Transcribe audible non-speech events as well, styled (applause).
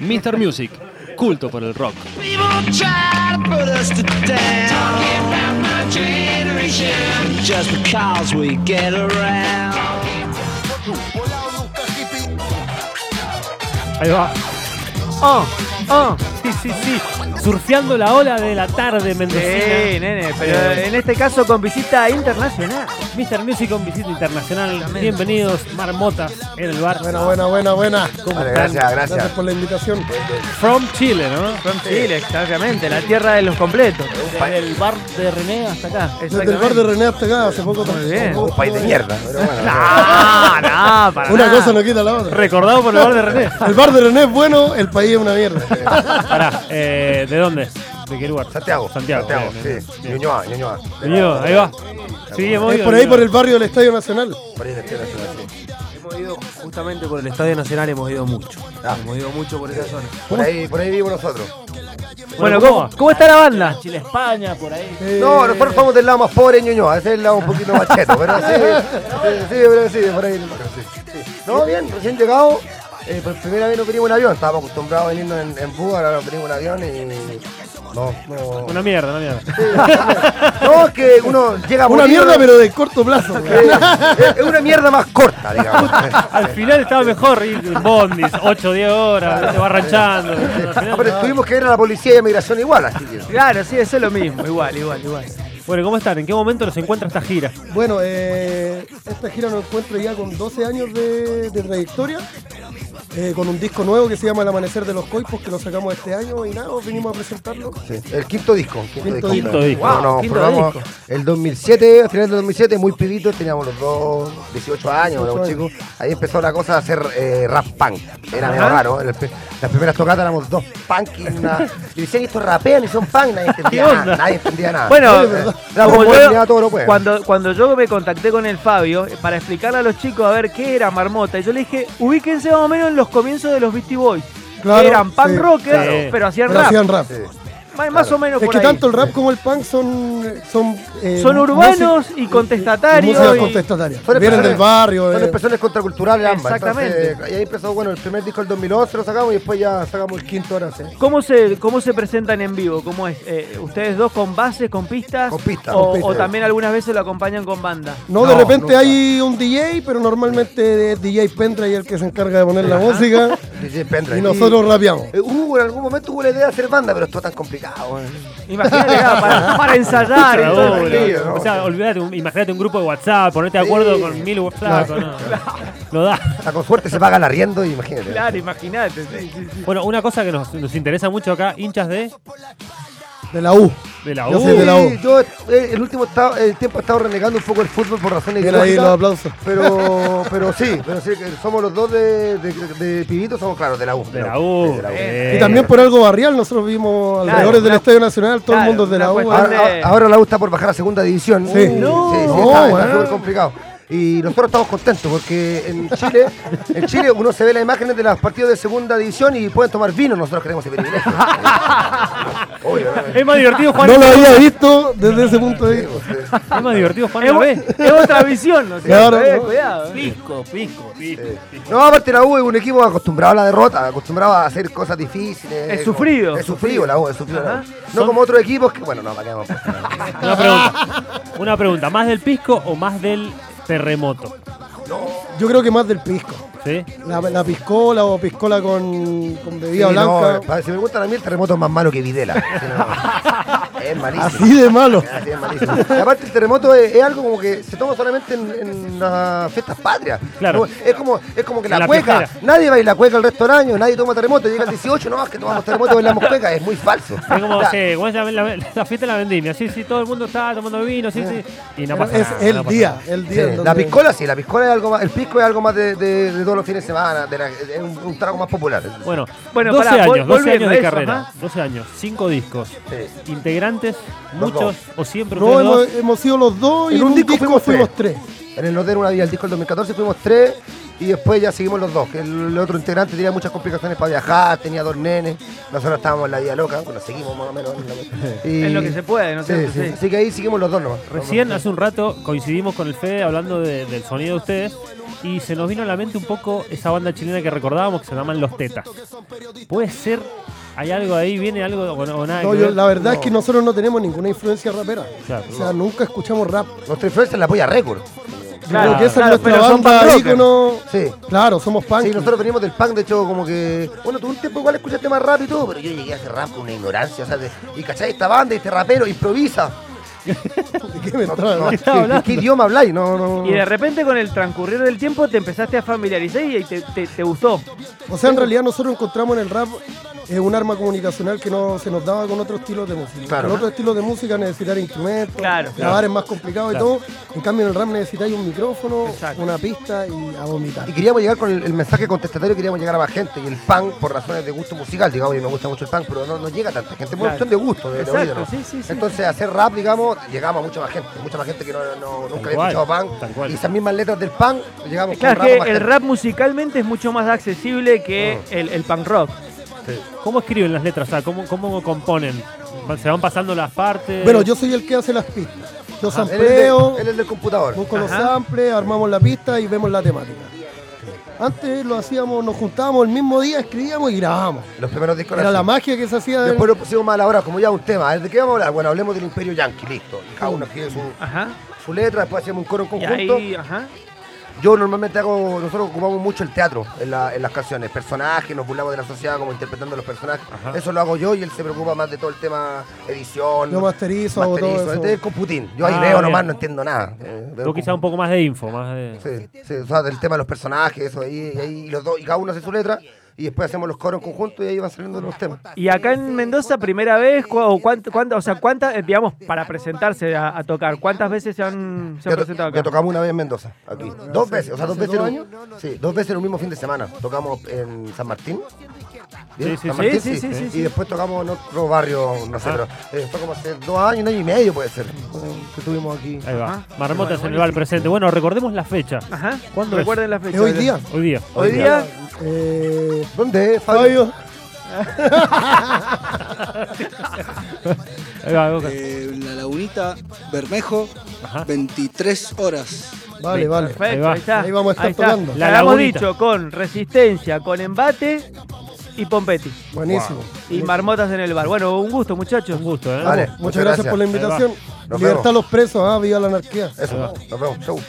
Mr. Music, culto por el rock. People try to put us to down. Talking about my generation. Just because we get around. Ahí va. Ah, ah, sí, sí, sí. Surfeando la ola de la tarde, Mendocina. Sí, nene, pero en este caso con visita internacional. Mr. Music con visita internacional. Bienvenidos, marmotas en el bar. Buena, buena, buena, buena. Vale, gracias, gracias. Gracias por la invitación. From Chile, ¿no? From Chile, exactamente, la tierra de los completos. Desde el bar de René hasta acá. Desde el bar de René hasta acá, hace poco Muy bien. tampoco- Un país de mierda. Pero bueno, No, Ah, no, para Una nada. cosa no quita la otra. Recordado por el bar de René. El bar de René es bueno, el país es (laughs) una mierda. Pará, eh, ¿de dónde? ¿De qué lugar? Santiago. Santiago. bien, bien. sí. Ñuñoa, Ñuñoa. Venido, ahí va. Sí, hemos Es ido, por ahí, hemos por ido. el barrio del Estadio Nacional. Por ahí en la tierra, sí. Hemos ido justamente por el Estadio Nacional, hemos ido mucho. Ah. Hemos ido mucho por esa zona. Por ahí, por ahí vivimos nosotros. Bueno, ¿cómo, cómo está la banda? Chile, España, por ahí. Eh, No, nosotros somos del lado más pobre de Ñuñoa, ese es el lado un poquito más cheto, pero sí, sí, sí, pero sí, por ahí. sí, sí. No, bien, recién llegado, eh, por primera vez no venimos en avión, estábamos acostumbrados a venirnos en, en bus, ahora nos venimos en avión y... No, no... Una mierda, una mierda. No, es que uno llega Una molido, mierda, pero de corto plazo. (laughs) (laughs) eh, Es una mierda más corta, digamos. Al final estaba mejor ir en bondis, 8 o 10 horas, se va ranchando. Al final- No, pero tuvimos que ir a la policía y a migración igual, así que... Claro, sí, eso es lo mismo, igual, igual, igual. Bueno, ¿cómo están? ¿En qué momento nos encuentra esta gira? Bueno, eh, esta gira nos encuentro ya con 12 años de, de trayectoria, eh, con un disco nuevo que se llama El Amanecer de los Coipos, que lo sacamos este año y nada, os vinimos a presentarlo. Sí, el quinto disco. Quinto, Quinto disco. disco. disco. Wow, Bueno, nos quinto probamos disco. el 2007, a finales del 2007, muy pibitos, teníamos los dos 18 años, 18 los años. chicos. Ahí empezó la cosa a hacer eh, rap punk. Era medio Ajá. raro. el pe- Las primeras tocadas éramos dos punk y una... Y decían, estos rapean y son punk, nadie entendía ¿Qué nada. onda? Nadie entendía Ah, nada. Bueno, Sí, es verdad. la como comunidad yo- todo pues. lo puede. cuando, cuando yo me contacté con el Fabio eh, para explicarle a los chicos a ver qué era Marmota, y yo le dije, ubíquense más o menos en los comienzos de los Beastie Boys. Claro, que eran punk sí, rockers, claro. pero hacían Pero rap. hacían rap. Sí. más, más o menos Es por que ahí. tanto el rap como el punk son... Son, eh, Son urbanos música- eh, y contestatarios. Música y- contestataria. Son Vienen expresiones- del barrio. Son eh, expresiones contraculturales ambas. Exactamente. Entonces, y ahí empezó, bueno, el primer disco el 2011 lo sacamos y después ya sacamos el quinto ahora, sí. ¿Cómo se, ¿Cómo se presentan en vivo? ¿Cómo es? Eh, ¿Ustedes dos con bases, con pistas? Con pistas, O, con o pistas. también algunas veces lo acompañan con banda. No, de No, repente nunca. hay un DJ, pero normalmente es DJ Pendrive el que se encarga de poner la música DJ Pendrive. y nosotros rapeamos. Eh, hubo en algún momento hubo la idea de hacer banda, pero esto es tan complicado. eh. Imagínate, claro, para, para ensayar. y todo el Ahora. lío. no, o sea, olvidate, un- imagínate un grupo de WhatsApp, ponerte de acuerdo Sí. con mil WhatsApp. No, no da. O sea, con suerte se paga el arriendo, imagínate. Claro, imagínate. sí, sí, sí. Bueno, una cosa que nos, nos interesa mucho acá, hinchas de, De la U. de la Yo U. soy de la U. Sí, yo eh, el último estado- el tiempo he estado renegando un poco el fútbol por razones Vienen ahí los aplausos. ideológicas. Pero, pero sí, pero sí, que somos los dos de, de, de pibitos, somos claros, de la U. De la U. Eh, de la U. bien. Y también por algo barrial, nosotros vimos alrededor del una- Estadio Nacional, todo claro, el mundo es de una la U. cuestión ahora- de- Ahora, ahora- ahora la U está por bajar a segunda división. Sí. sí, sí, No, está, bueno. está súper complicado. Y nosotros estamos contentos porque en Chile, en Chile uno se ve las imágenes de los partidos de segunda división y pueden tomar vino, nosotros queremos ese (laughs) privilegio. Obvio, ¿no? Es más divertido Juan. Ah, No lo había visto desde ese punto de vista. Es más divertido Juan. Es, ¿Lo o- ves? es otra visión, ¿no? es cierto? Claro, Eh, ¿no? Cuidado. eh. Pisco, pisco, pisco. No, aparte la U es un equipo acostumbrado a la derrota, acostumbrado a hacer cosas difíciles. Es sufrido. Es sufrido la U, es sufrido. la U. Ajá. No como otros equipos que, bueno, no, para qué vamos a poner. Una pregunta. Una pregunta, ¿más del pisco o más del terremoto? Yo creo que más del pisco. ¿Sí? La, la piscola o piscola con, con bebida Sí, no, eh, blanca. pa- si me gustan a mí el terremoto es más malo que (laughs) Videla. Sí, no, es malísimo. Así de malo. (laughs) Ah, sí, es malísimo. Y Aparte, el terremoto es, es algo como que se toma solamente en, en las fiestas patrias. Claro. Como- es, como, es como que En la, la cueca. pijera. Nadie baila cueca el resto del año, nadie toma terremoto. Llega el 18, no, es que tomamos (laughs) terremoto, bailamos cueca. Es muy falso. Es (laughs) como, O sea, sí, ¿cómo es la, la- la fiesta de la vendimia? Sí, sí, todo el mundo está tomando vino, sí, sí. Y no pasa Es nada, no el pasa día, nada. el Sí, día. en la donde- piscola sí, la piscola es algo más, el pisco es algo más de, de- de todos los fines de semana, de la- es un, un trago más popular. Bueno, Bueno, 12 pará, vol- años, 12 años volviendo a de eso, carrera. ajá. 12 años, 5 discos. Sí. Integrantes, Los muchos o siempre No, ustedes dos. hemos, hemos sido los dos y en un disco fuimos tres. En el Norte de una Vía, el disco del 2014 fuimos tres, Y después ya seguimos los dos, que el, el otro integrante tenía muchas complicaciones para viajar, tenía dos nenes, nosotros estábamos en la vida loca, bueno, seguimos más o menos. Y- (laughs) Es lo que se puede, ¿no es Sí, cierto? sí. Sí. Así que ahí seguimos los dos nomás. Recién hace un rato coincidimos con el Fede hablando de- del sonido de ustedes y se nos vino a la mente un poco esa banda chilena que recordábamos que se llaman Los Tetas. Puede ser, hay algo ahí, viene algo o, no- o nada. No, que yo- ver? la verdad es que nosotros no tenemos ninguna influencia rapera. Claro, o sea, nunca escuchamos rap. Nuestra influencia es la polla récord. Claro, Claro, que esa claro, es nuestra pero son punk banda rocker. ícono. Sí. Claro, somos punk. Sí, nosotros venimos del punk, de hecho, como que. Bueno, tuve un tiempo igual escuchaste más rap y todo, pero yo llegué a hacer rap con una ignorancia, o sea, de- y cachai esta banda, este rapero, (laughs) improvisa. ¿De qué me No, trae? no, ¿Qué (laughs) ¿Qué, está hablando? qué idioma habláis? No, no. Y de repente con el transcurrir del tiempo te empezaste a familiarizar y te, te- te gustó. O sea, en realidad nosotros encontramos en el rap eh, un arma comunicacional que no se nos daba con otros estilos de música. Claro. Con otros estilos de música necesitar instrumentos, Claro, grabar es más complicado y todo. En cambio, en el rap necesitáis un micrófono, Exacto. una pista y a vomitar. Y queríamos llegar con el, el mensaje contestatario, queríamos llegar a más gente. Y el punk, por razones de gusto musical, digamos, y me gusta mucho el punk, pero no, no llega a tanta gente. Es una Claro. cuestión de gusto, de de Exacto, oído, ¿no? sí, sí, sí. Entonces, hacer rap, digamos, llegamos a mucha más gente. Mucha más gente que no, no- nunca había cual, escuchado tal punk. cual. Y esas mismas letras del punk, llegamos Claro, con que rap. a más el gente. rap musicalmente es mucho más accesible que el, el punk rock. ¿Cómo escriben las letras? O sea, ¿cómo, cómo componen? ¿Se van pasando las partes? Bueno, yo soy el que hace las pistas. Yo Ah, Él es de- sampleo, Él es del computador. busco los Ajá. samples, armamos la pista y vemos la temática. Antes lo hacíamos, nos juntábamos el mismo día, escribíamos y grabábamos. Ah, Los primeros discos Era eran la así. magia que se hacía. del- Después lo pusimos más elaborado, como ya un tema. A ver, ¿De qué vamos a hablar? Bueno, hablemos del Imperio Yankee, listo. Y cada uno escribe su, Ajá. su letra, después hacemos un coro en Y conjunto. ahí, ajá. Yo normalmente hago, nosotros ocupamos mucho el teatro en, la- en las canciones, personajes, nos burlamos de la sociedad como interpretando a los personajes. Eso lo hago yo y él se preocupa más de todo el tema edición. Yo masterizo, hago todo masterizo. eso. Este es el computín. Yo ahí Ah, veo nomás, bien. no entiendo nada. Eh, veo Tú quizá como- un poco más de info, más de... Sí, sí, o sea, del tema de los personajes, eso ahí, y ahí los dos, y cada uno hace su letra, y después hacemos los coros en conjunto y ahí van saliendo los temas. Y acá en Mendoza, primera vez, cu- o cuánto, cuánto- o sea, cuántas, eh, digamos, para presentarse a, a tocar, ¿cuántas veces se han, se han Ya, to- presentado ya acá? tocamos una vez en Mendoza, aquí. Dos veces, o sea, dos ¿Hace veces. dos en un- Sí, dos veces en un mismo fin de semana. Tocamos en San Martín. ¿Bien? Sí, sí, San sí, Martín, sí, sí, sí, Ah. sí. Y después tocamos en otro barrio, no sé, pero eh, fue como hace dos años, un año y medio puede ser, eh, que estuvimos aquí. Ahí va. Ajá. Marmotas en el bar presente. Bueno, recordemos la fecha. Ajá. ¿Cuándo es? Recuerden la Es fecha. hoy día. Hoy día. Hoy día, Eh, ¿Dónde es, Fabio? Fabio, Ahí va, Boca. Eh, la lagunita Bermejo, Ajá. 23 horas. vale, vale. Ahí Perfecto, va. ahí está. Ahí vamos a estar está. tocando. La La hemos Lagunita. dicho con resistencia, con embate y Pompetti. Buenísimo. Y marmotas en el bar. Bueno, un gusto, muchachos. Un gusto, ¿eh? Vale, Muchas, gracias, por la gracias. Eh, invitación. Nos Libertad a vemos. los presos, ah, viva la anarquía. Eso, nos vemos, chau.